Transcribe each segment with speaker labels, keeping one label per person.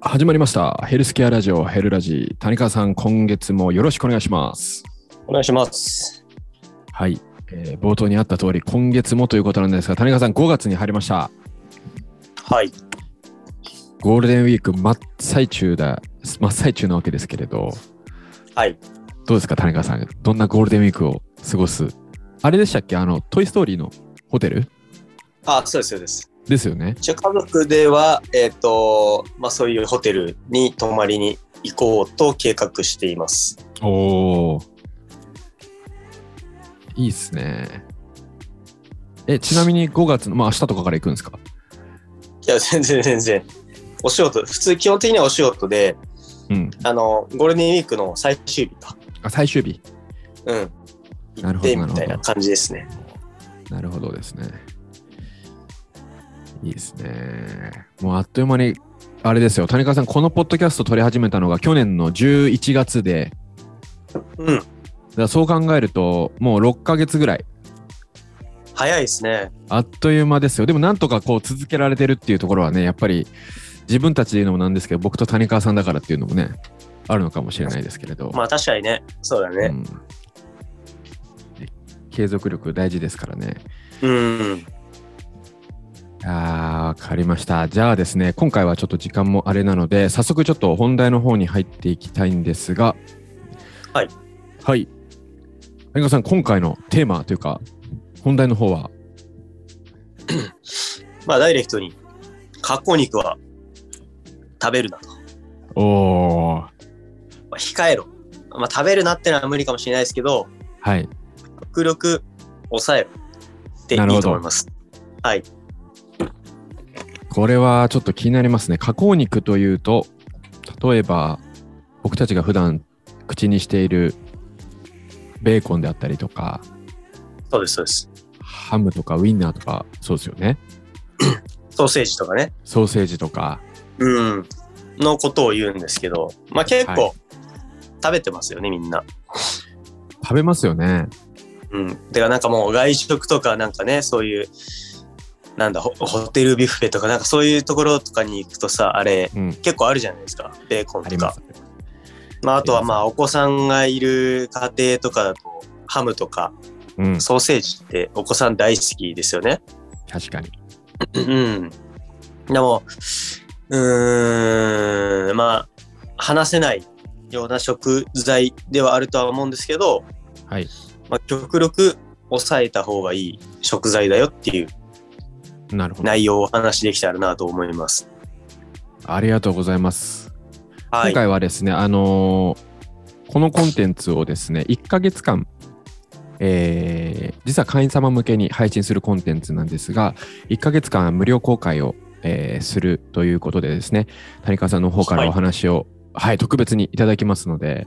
Speaker 1: 始まりました。ヘルスケアラジオヘルラジ。谷川さん、今月もよろしくお願いします。
Speaker 2: お願いします。
Speaker 1: はい、えー冒頭にあった通り、今月もということなんですが、谷川さん、5月に入りました。
Speaker 2: はい。
Speaker 1: ゴールデンウィーク真っ最中だ、真っ最中なわけですけれど、
Speaker 2: はい。
Speaker 1: どうですか、谷川さん、どんなゴールデンウィークを過ごすあれでしたっけ、あの、トイ・ストーリーのホテル
Speaker 2: あ、そうです、そうです。
Speaker 1: ですよね。
Speaker 2: 一応家族では、えっ、と、まあそういうホテルに泊まりに行こうと計画しています。
Speaker 1: おお。いいっすね。え、ちなみに5月の、まあ明日とかから行くんですか
Speaker 2: いや、全然全然。お仕事、普通基本的にはお仕事で、
Speaker 1: うん。
Speaker 2: あの、ゴールデンウィークの最終日か。
Speaker 1: あ、最終日。
Speaker 2: うん。
Speaker 1: なるほ
Speaker 2: 行っ
Speaker 1: ど
Speaker 2: て
Speaker 1: なる
Speaker 2: み
Speaker 1: ほど
Speaker 2: たいな感じですね。
Speaker 1: なるほどですね。いいですね。もうあっという間に、あれですよ、谷川さん、このポッドキャスト撮り始めたのが去年の11月で、
Speaker 2: うん。
Speaker 1: だからそう考えると、もう6ヶ月ぐらい、
Speaker 2: 早いですね。
Speaker 1: あっという間ですよ。でも、なんとかこう続けられてるっていうところはね、やっぱり自分たちで言うのもなんですけど、僕と谷川さんだからっていうのもね、あるのかもしれないですけれど。
Speaker 2: まあ確かにね。そうだ
Speaker 1: う
Speaker 2: ね。
Speaker 1: んで継続力大事ですからね。
Speaker 2: うん。
Speaker 1: あーわかりました。じゃあですね、今回はちょっと時間もあれなので、早速ちょっと本題の方に入っていきたいんですが、
Speaker 2: はい。
Speaker 1: はい。谷川さん、今回のテーマというか、本題の方は、
Speaker 2: まあダイレクトに、加工肉は食べるなと。
Speaker 1: おお、
Speaker 2: まあ、控えろ。まあ食べるなってのは無理かもしれないですけど、
Speaker 1: はい。
Speaker 2: 極力抑えるってい
Speaker 1: なるほど
Speaker 2: いと思います。はい。
Speaker 1: これはちょっと気になりますね。加工肉というと、例えば、僕たちが普段口にしているベーコンであったりとか、
Speaker 2: そうです、そうです。
Speaker 1: ハムとかウインナーとか、そうですよね。
Speaker 2: ソーセージとかね。
Speaker 1: ソーセージとか、
Speaker 2: うん。のことを言うんですけど、まあ結
Speaker 1: は
Speaker 2: 構食べてますよね、みんな。
Speaker 1: 食べますよね。
Speaker 2: うん。てかなんかもう外食とかなんかね、そういう、なんだホ、ホテルビュッフェとかなんかそういうところとかに行くとさ、あれ、
Speaker 1: うん。
Speaker 2: 結構あるじゃないですか。ベーコン
Speaker 1: あ
Speaker 2: と
Speaker 1: りま
Speaker 2: か。
Speaker 1: す。
Speaker 2: まああとは
Speaker 1: あります
Speaker 2: まあお子さんがいる家庭とかだと、ハムとか
Speaker 1: うん、
Speaker 2: ソーセージってお子さん大好きですよね。
Speaker 1: 確かに。
Speaker 2: うん。でも、うーん、まあ、話せないような食材ではあるとは思うんですけど、
Speaker 1: はい。
Speaker 2: まあ、極力抑えた方がいい食材だよっていう
Speaker 1: なるほど。
Speaker 2: 内容をお話しできたらなと思います。
Speaker 1: ありがとうございます。
Speaker 2: はい。
Speaker 1: 今回はですね、あのーこのコンテンツをですね、1ヶ月間、えー実は会員様向けに配信するコンテンツなんですが、1ヶ月間無料公開を、えーするということでですね、谷川さんの方から
Speaker 2: はい
Speaker 1: お話を、はい、特別にいただきますので、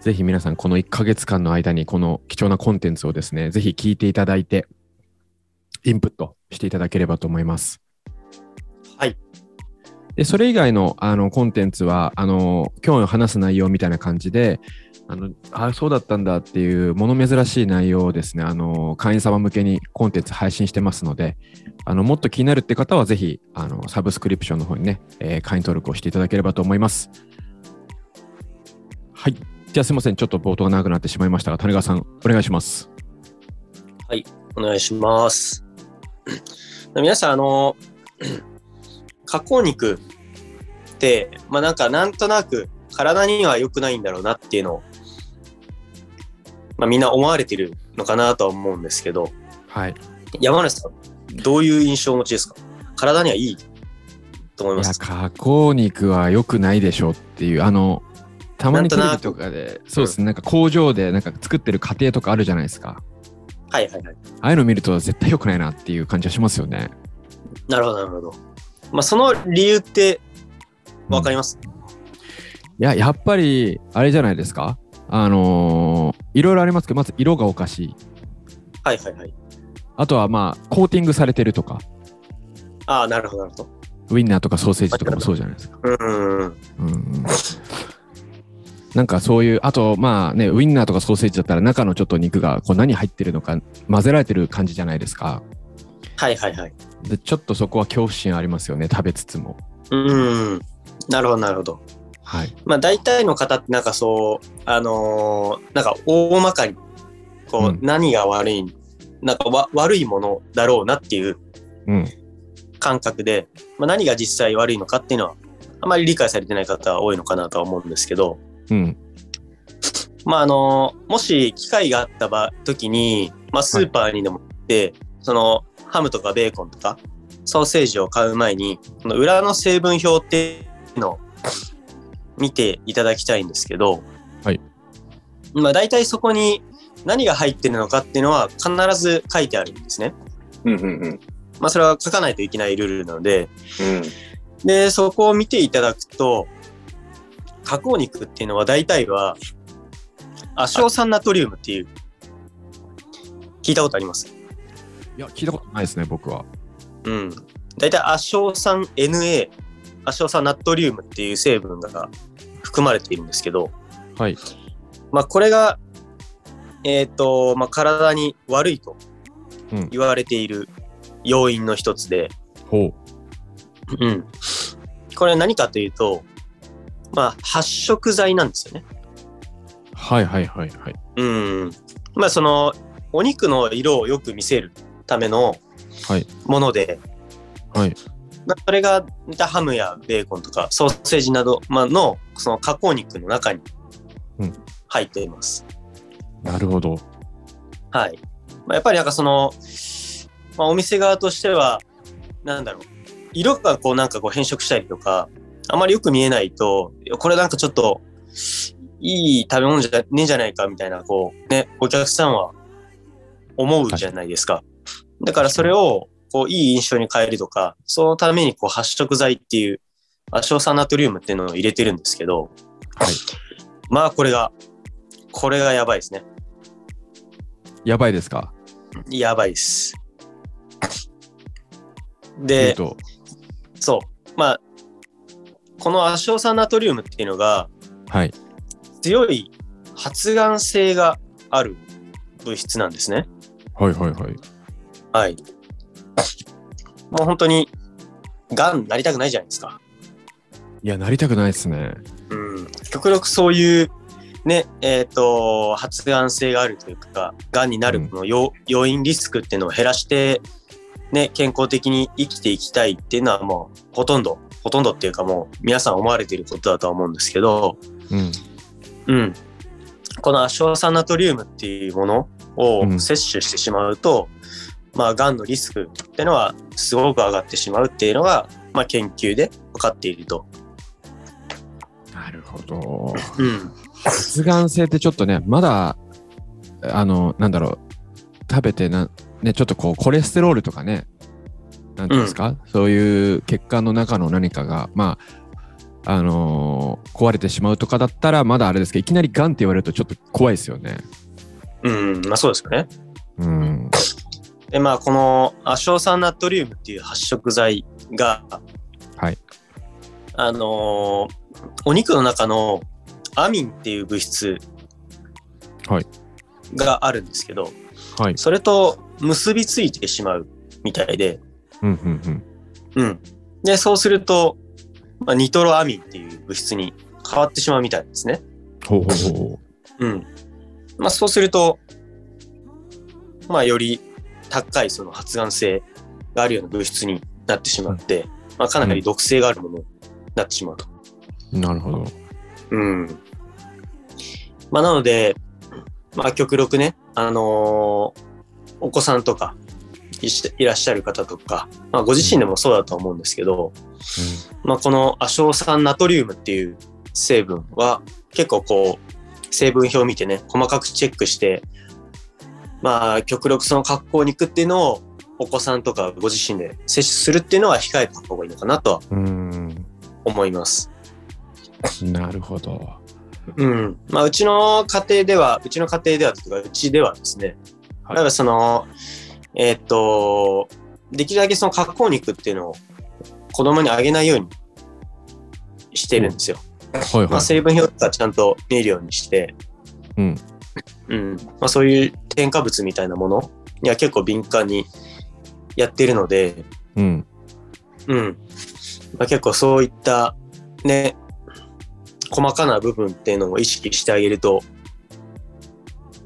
Speaker 1: ぜひ皆さん、この1ヶ月間の間に、この貴重なコンテンツをですね、ぜひ聞いていただいて、インプットしていただければと思います。でそれ以外のあのコンテンツはあの今日話す内容みたいな感じであのあそうだったんだっていうもの珍しい内容をですねあの会員様向けにコンテンツ配信してますのであのもっと気になるって方はぜひあのサブスクリプションの方にね、えー会員登録をしていただければと思いますはいじゃあすいませんちょっと冒頭が長くなってしまいましたが谷川さんお願いします
Speaker 2: お願いします。 皆さん、あの、 加工肉って、まあなんかなんとなく体には良くないんだろうなっていうのを、まあみんな思われてるのかなとは思うんですけど、
Speaker 1: はい
Speaker 2: 山梨さん、どういう印象をお持ちですか体にはいいと思い
Speaker 1: い
Speaker 2: ま
Speaker 1: や
Speaker 2: す。
Speaker 1: 加工肉は良くないでしょうっていうあのたまにテレ
Speaker 2: な
Speaker 1: ビ
Speaker 2: んと
Speaker 1: と
Speaker 2: なく
Speaker 1: かでそうですね、なんか工場でなんか作ってる過程とかあるじゃないですか
Speaker 2: はいはいはい。
Speaker 1: ああいうの見ると絶対良くないなっていう感じはしますよね
Speaker 2: なるほどなるほど。まあその理由ってわかります、
Speaker 1: いややっぱりあれじゃないですかあのーいろいろありますけどまず色がおかしい
Speaker 2: はいはいはい。
Speaker 1: あとはまあコーティングされてるとか
Speaker 2: ああ、なるほどなるほど。
Speaker 1: ウインナーとかソーセージとかもそうじゃないですか
Speaker 2: うんうん。
Speaker 1: うんうんなんかそういうあとまあねウインナーとかソーセージだったら中のちょっと肉がこう何入ってるのか混ぜられてる感じじゃないですか
Speaker 2: はいはいはい。
Speaker 1: でちょっとそこは恐怖心ありますよね食べつつも
Speaker 2: うん。なるほど、なるほど。
Speaker 1: はい。
Speaker 2: まあ、大体の方ってなんかそう、あのーなんか大まかにこう、
Speaker 1: うん
Speaker 2: 何が悪いなんかわ悪いものだろうなっていう
Speaker 1: うん。
Speaker 2: 感覚で、まあ、何が実際悪いのかっていうのはあまり理解されてない方は多いのかなとは思うんですけど、
Speaker 1: うん。
Speaker 2: まああのーもし機会があった場時に、まあ、スーパーにでも行って、そのハムとかベーコンとかソーセージを買う前にその裏の成分表っていうのを見ていただきたいんですけど、
Speaker 1: はい
Speaker 2: まあ、大体そこに何が入ってるのかっていうのは必ず書いてあるんですね。
Speaker 3: うんうんうん。
Speaker 2: まあ、それは書かないといけないルールなので、
Speaker 3: うん。
Speaker 2: で、そこを見ていただくと、加工肉っていうのは大体は、アショウ酸ナトリウムっていう、聞いたことあります
Speaker 1: いや、聞いたことないですね、僕は。
Speaker 2: うん。大体アショウ酸 NA、アショウ酸ナトリウムっていう成分が含まれているんですけど、
Speaker 1: はい。
Speaker 2: まあこれが、えっ、と、まあ体に悪いと
Speaker 1: うん。
Speaker 2: 言われている要因の一つで、
Speaker 1: ほう。
Speaker 2: うん。これ何かというと、まあ発色剤なんですよね。
Speaker 1: はいはいはいはい。
Speaker 2: うん。まあそのお肉の色をよく見せるための
Speaker 1: はい
Speaker 2: もので、
Speaker 1: はい。
Speaker 2: まあそれが似たハムやベーコンとかソーセージなど、まあのその加工肉の中に
Speaker 1: うん
Speaker 2: 入っています。
Speaker 1: なるほど。
Speaker 2: はい。まあ、やっぱりなんかその、まあ、お店側としては、なんだろう、色がこうなんかこう変色したりとか、あまりよく見えないと、いやこれなんかちょっと、いい食べ物じゃねえんじゃないかみたいな、こう、ね、お客さんは思うじゃないですか。だからそれを、こう、いい印象に変えるとか、そのために、こう、発色剤っていう、アショウ酸ナトリウムっていうのを入れてるんですけど、
Speaker 1: はい。
Speaker 2: まあ、これが、これがやばいですね。
Speaker 1: やばいですか
Speaker 2: やばいっす。
Speaker 1: え
Speaker 2: で
Speaker 1: っ、と。
Speaker 2: そう。まあ、このアショウ酸ナトリウムっていうのが、
Speaker 1: はい。
Speaker 2: 強い発がん性がある物質なんですね。
Speaker 1: はいはいはい。
Speaker 2: はい。もう本当に、がんなりたくないじゃないですか。
Speaker 1: いや、なりたくないですね。
Speaker 2: うん。極力そういう、ね、えっ、と、発がん性があるというか、がんになるこの要,、要因リスクっていうのを減らして、ね、健康的に生きていきたいっていうのはもう、ほとんど、 ほとんどっていうかもう、皆さん思われていることだとは思うんですけど、
Speaker 1: うん。
Speaker 2: うん。このアショウ酸ナトリウムっていうものを
Speaker 1: うん
Speaker 2: 摂取してしまうと、まあ、がんのリスクってのはすごく上がってしまうっていうのが、まあ、研究で分かっていると。
Speaker 1: なるほど。
Speaker 2: うん。
Speaker 1: 発がん性ってちょっとね、まだ、あの、なんだろう、食べてな、ね、ちょっとこう、コレステロールとかね、なんていうんですか、そういう血管の中の何かが、まあ、あのー壊れてしまうとかだったら、まだあれですけど、いきなりがんって言われるとちょっと怖いですよね。
Speaker 2: うん。まあ、そうですよね。
Speaker 1: うん。
Speaker 2: で、まあ、このアショウ酸ナトリウムっていう発色剤が、
Speaker 1: はい。
Speaker 2: あのーお肉の中のアミンっていう物質
Speaker 1: はい
Speaker 2: があるんですけど、
Speaker 1: はい。
Speaker 2: それと結びついてしまうみたいで、
Speaker 1: うんうんうん。
Speaker 2: うん。で、そうすると、まあ、ニトロアミンっていう物質に変わってしまうみたいですね。
Speaker 1: ほうほうほうほ
Speaker 2: うん。まあ、そうすると、まあ、より高いその発がん性があるような物質になってしまって、まあ、かなり毒性があるものになってしまうと。
Speaker 1: う。 なるほど。
Speaker 2: うん。まあ、なので、まあ、極力ね、あのーお子さんとかいしいらっしゃる方とか、まあ、ご自身でもそうだと思うんですけど、まあ、このアショウ酸ナトリウムっていう成分は結構こう成分表を見てね細かくチェックしてまあ極力その格好肉っていうのをお子さんとかご自身で摂取するっていうのは控えた方がいいのかなとは
Speaker 1: うん。うん
Speaker 2: 思います。
Speaker 1: なるほど。
Speaker 2: うん。まあうちの家庭では、うちの家庭ではというか、うちではですね、
Speaker 1: は
Speaker 2: だ
Speaker 1: い
Speaker 2: からその、えーっと、できるだけその格好肉っていうのを子供にあげないようにしてるんですよ。
Speaker 1: はい
Speaker 2: ま
Speaker 1: は
Speaker 2: あ、
Speaker 1: い。
Speaker 2: 成分表とかちゃんと見えるようにして、
Speaker 1: うん。
Speaker 2: うんまあ、そういう添加物みたいなものには結構敏感にやってるので、
Speaker 1: うん。
Speaker 2: うんまあ、結構そういったね、細かな部分っていうのを意識してあげると、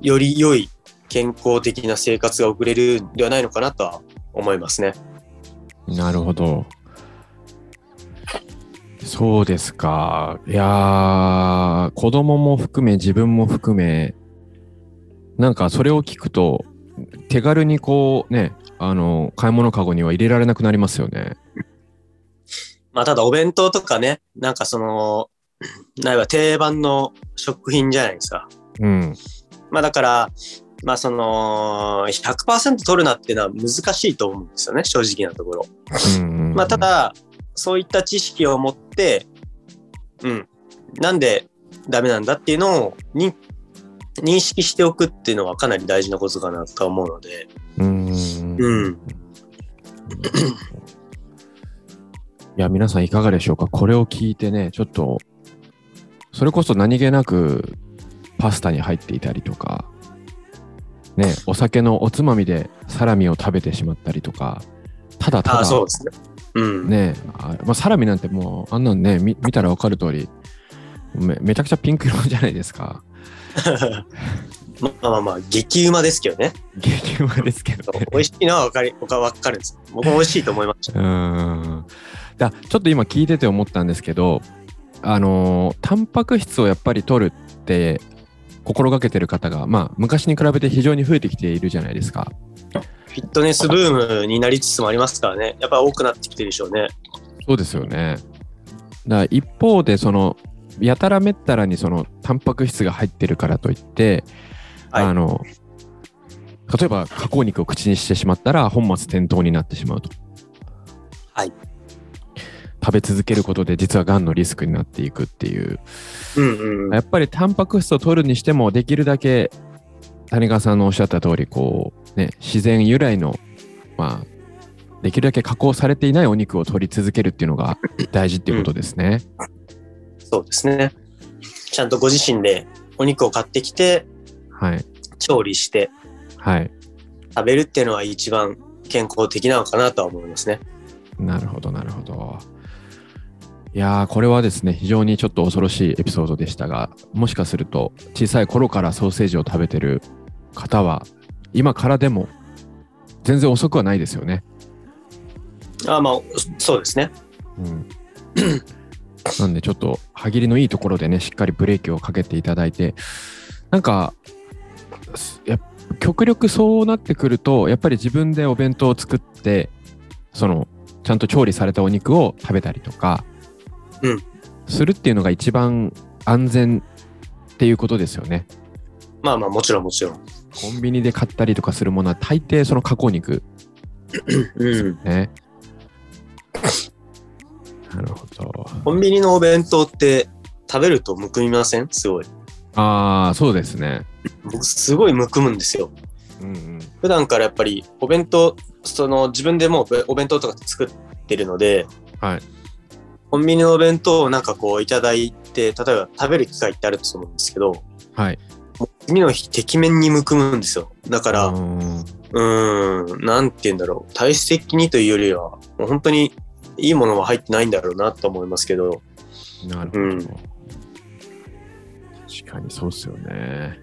Speaker 2: より良い健康的な生活が送れるんではないのかなとは思いますね。
Speaker 1: なるほど。そうですか。いやー、子供も含め自分も含め、なんかそれを聞くと、手軽にこうね、あの、買い物かごには入れられなくなりますよね。
Speaker 2: まあ、ただお弁当とかね、なんかその、ないは定番の食品じゃないですか。
Speaker 1: うん。
Speaker 2: まあだから、まあその、100%取るなっていうのは難しいと思うんですよね、正直なところ。
Speaker 1: うん
Speaker 2: まあた、だ、そういった知識を持って、うん、なんでダメなんだっていうのを認認識しておくっていうのはかなり大事なことかなとは思うので、
Speaker 1: うん。
Speaker 2: うん。
Speaker 1: いや、皆さんいかがでしょうかこれを聞いてね、ちょっと、それこそ何気なくパスタに入っていたりとか、ね、お酒のおつまみでサラミを食べてしまったりとか、ただた
Speaker 2: ああ、
Speaker 1: だ、
Speaker 2: そうですね。うん。
Speaker 1: ねあまあ、サラミなんてもう、あんなのね、見見たらわかる通りめ、めちゃくちゃピンク色じゃないですか。
Speaker 2: まあまあまあ、激うまですけどね。
Speaker 1: 激うまですけどね。
Speaker 2: 美味しいのはわかり、僕はわかるんです。僕も美味しいと思いま した。
Speaker 1: うーんだちょっと今聞いてて思ったんですけどあのータンパク質をやっぱり取るって心がけてる方がまあ昔に比べて非常に増えてきているじゃないですか
Speaker 2: フィットネスブームになりつつもありますからね。やっぱ多くなってきてるでしょうね。
Speaker 1: そうですよねだ一方でそのやたらめったらにそのタンパク質が入ってるからといって、
Speaker 2: はい
Speaker 1: あの例えば加工肉を口にしてしまったら本末転倒になってしまうと
Speaker 2: はい
Speaker 1: 食べ続けることで実はがんのリスクになっていくっていう
Speaker 2: うんうんうん。
Speaker 1: やっぱりタンパク質を取るにしてもできるだけ谷川さんのおっしゃった通りこうね自然由来のまあできるだけ加工されていないお肉を取り続けるっていうのが大事っていうことですね。
Speaker 2: そうですね。ちゃんとご自身でお肉を買ってきて、
Speaker 1: はい
Speaker 2: 調理して
Speaker 1: はい
Speaker 2: 食べるっていうのは一番健康的なのかなとは思いますね。
Speaker 1: なるほどなるほど。いやーこれはですね非常にちょっと恐ろしいエピソードでしたがもしかすると小さい頃からソーセージを食べてる方は今からでも全然遅くはないですよね。
Speaker 2: あまあ、そうですね。
Speaker 1: うん、なんでちょっと歯切りのいいところでねしっかりブレーキをかけていただいてなんかすやっ極力そうなってくるとやっぱり自分でお弁当を作ってそのちゃんと調理されたお肉を食べたりとか、
Speaker 2: うん
Speaker 1: するっていうのが一番安全っていうことですよね。
Speaker 2: まあまあ、もちろんもちろん。
Speaker 1: コンビニで買ったりとかするものは大抵その加工肉
Speaker 2: うん。
Speaker 1: ね。なるほど。
Speaker 2: コンビニのお弁当って食べるとむくみませんすごい。
Speaker 1: ああそうですね。
Speaker 2: 僕、すごいむくむんですよ。
Speaker 1: うんうん
Speaker 2: 普段からやっぱりお弁当、その自分でもうお弁当とか作ってるので、
Speaker 1: はい。
Speaker 2: コンビニのお弁当をなんかこういただいて、例えば食べる機会ってあると思うんですけど、
Speaker 1: はい。
Speaker 2: もう次の日、てきめんにむくむんですよ。だから、
Speaker 1: うーん
Speaker 2: うーん、なんて言うんだろう。体質的にというよりは、もう本当にいいものは入ってないんだろうなと思いますけど、
Speaker 1: なるほど。
Speaker 2: うん
Speaker 1: 確かにそうっすよね。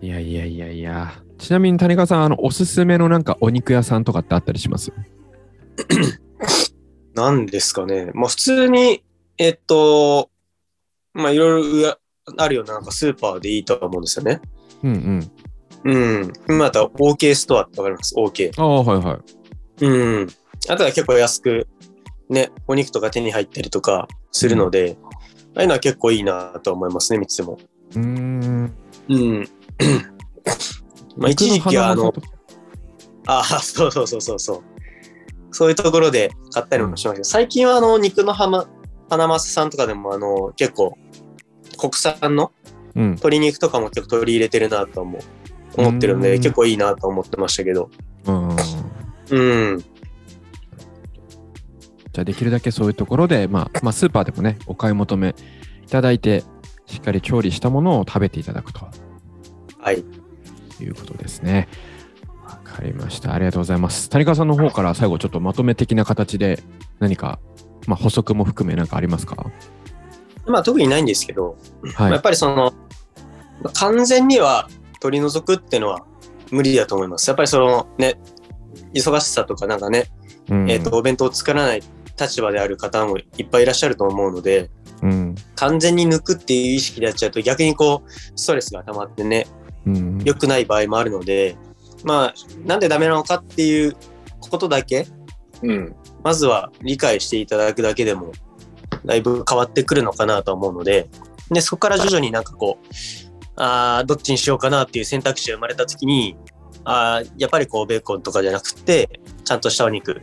Speaker 1: いやいやいやいや。ちなみに谷川さん、あの、おすすめのなんかお肉屋さんとかってあったりします
Speaker 2: なんですかね。まあ普通に、えっと、まあいろいろうわあるような、なんかスーパーでいいとは思うんですよね。
Speaker 1: うんうん。
Speaker 2: うん。また OK ストアってわかります ?OK。
Speaker 1: ああ、はいはい。
Speaker 2: うん。あとは結構安く、ね、お肉とか手に入ったりとかするので、ああいうのは結構いいなと思いますね、3つも。
Speaker 1: うーん。
Speaker 2: うん。まあ一時期はあの、ああ、そうそうそうそうそう。そういうところで買ったりもしましたけど、最近はあの肉のはま、ハナマサさんとかでもあの結構国産の
Speaker 1: うん。
Speaker 2: 鶏肉とかも結構取り入れてるなと思う思ってるの
Speaker 1: う
Speaker 2: で、
Speaker 1: ん
Speaker 2: 結構いいなと思ってましたけど。
Speaker 1: うん。
Speaker 2: うん。
Speaker 1: じゃあできるだけそういうところで、まあ、まあ、スーパーでもね、お買い求めいただいて、しっかり調理したものを食べていただくと。
Speaker 2: はい。
Speaker 1: ということですね。わかりました。ありがとうございます。谷川さんの方から最後ちょっとまとめ的な形で何かまあ、補足も含め何かありますか
Speaker 2: まあ特にないんですけど、
Speaker 1: は
Speaker 2: やっ
Speaker 1: い。
Speaker 2: ぱりその、完全には取り除くっていうのは無理だと思います。やっぱりそのね、忙しさとかなんかね、
Speaker 1: うん
Speaker 2: えっ、と、、お弁当を作らない立場である方もいっぱいいらっしゃると思うので、
Speaker 1: うん。
Speaker 2: 完全に抜くっていう意識でやっちゃうと逆にこう、ストレスが溜まってね、
Speaker 1: うん。
Speaker 2: 良くない場合もあるので、まあ、なんでダメなのかっていうことだけ、
Speaker 3: うん。
Speaker 2: まずは理解していただくだけでも、だいぶ変わってくるのかなと思うので、で、そこから徐々になんかこう、あーどっちにしようかなっていう選択肢が生まれた時に、あーやっぱりこう、ベーコンとかじゃなくて、ちゃんとしたお肉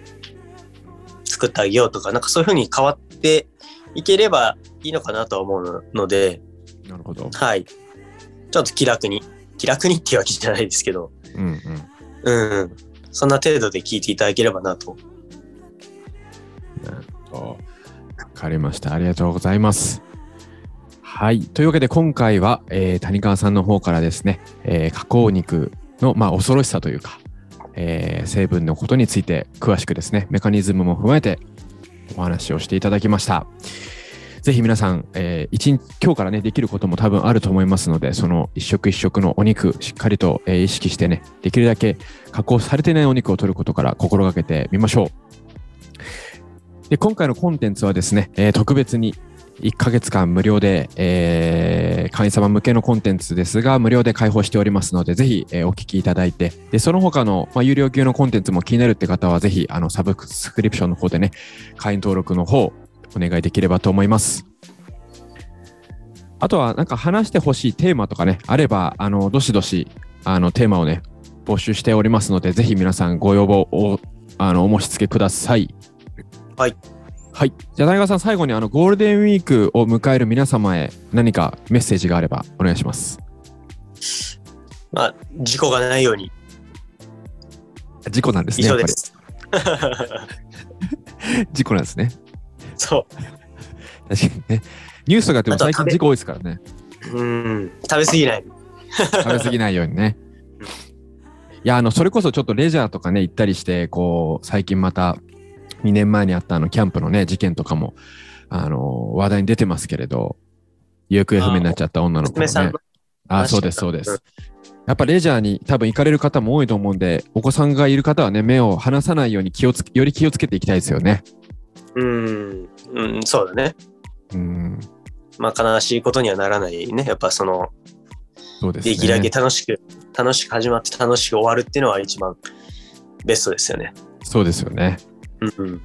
Speaker 2: 作ってあげようとか、なんかそういう風に変わっていければいいのかなとは思うので、
Speaker 1: なるほど。
Speaker 2: はい。ちょっと気楽に、気楽にっていうわけじゃないですけど、
Speaker 1: うんうん。
Speaker 2: うん。そんな程度で聞いていただければなと。
Speaker 1: わかりました。ありがとうございます。はい。というわけで今回は、えー谷川さんの方からですね、えー加工肉の、まあ、恐ろしさというか、えー成分のことについて詳しくですね、メカニズムも踏まえてお話をしていただきました。ぜひ皆さん、えー一日今日からね、できることも多分あると思いますので、その一食一食のお肉、しっかりと、えー意識してね、できるだけ加工されてないお肉を取ることから心がけてみましょう。で今回のコンテンツはですね、えー特別に1ヶ月間無料で、えー会員様向けのコンテンツですが、無料で開放しておりますので、ぜひ、えーお聞きいただいて、でその他の、まあ、有料級のコンテンツも気になるって方は、ぜひあのサブスクリプションの方でね、会員登録の方、お願いできればと思います。あとは、なんか話してほしいテーマとかね、あれば、あのどしどしあのテーマをね、募集しておりますので、ぜひ皆さんご要望をあのお申し付けください。はい。じゃあ、大川さん、最後にあのゴールデンウィークを迎える皆様へ何かメッセージがあればお願いします。
Speaker 2: まあ、事故がないように、
Speaker 1: 事故なんです
Speaker 2: 以
Speaker 1: ね。
Speaker 2: 上
Speaker 1: やっ
Speaker 2: で
Speaker 1: ぱ
Speaker 2: す。
Speaker 1: り事故なんですね。
Speaker 2: そ
Speaker 1: 確かにね。ニュースとかっても
Speaker 2: あと
Speaker 1: 最
Speaker 2: は食
Speaker 1: 近
Speaker 2: べ
Speaker 1: 事故多いですからね。
Speaker 2: う。うん。食べ過ぎない。
Speaker 1: 食べ過ぎないようにね。いや、あの、それこそちょっとレジャーとかね、行ったりして、こう、最近また2年前にあったあの、キャンプのね、事件とかも、あの、話題に出てますけれど、行方不明になっちゃった女の子の
Speaker 2: 娘さん
Speaker 1: ね
Speaker 2: の。
Speaker 1: あー
Speaker 2: 話し
Speaker 1: そう
Speaker 2: て
Speaker 1: で
Speaker 2: た
Speaker 1: す、そうです
Speaker 2: うん。
Speaker 1: やっぱレジャーに多分行かれる方も多いと思うんで、お子さんがいる方はね、目を離さないように気をつけ、より気をつけていきたいですよね。
Speaker 2: うん。うん、そうだね。
Speaker 1: うん、
Speaker 2: まあ、悲しいことにはならないね。やっぱその、
Speaker 1: そうですね。
Speaker 2: できるだけ楽しく、楽しく始まって楽しく終わるっていうのは一番ベストですよね。
Speaker 1: そうですよね。
Speaker 2: うん。
Speaker 1: わ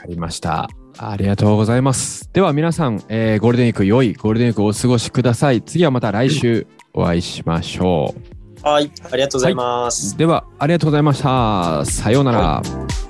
Speaker 1: かりました。ありがとうございます。では皆さん、えーゴールデンウィーク良いゴールデンウィークをお過ごしください。次はまた来週お会いしましょ
Speaker 2: はい。ありがとうございます。
Speaker 1: う。では、ありがとうございました。さようなら。
Speaker 2: は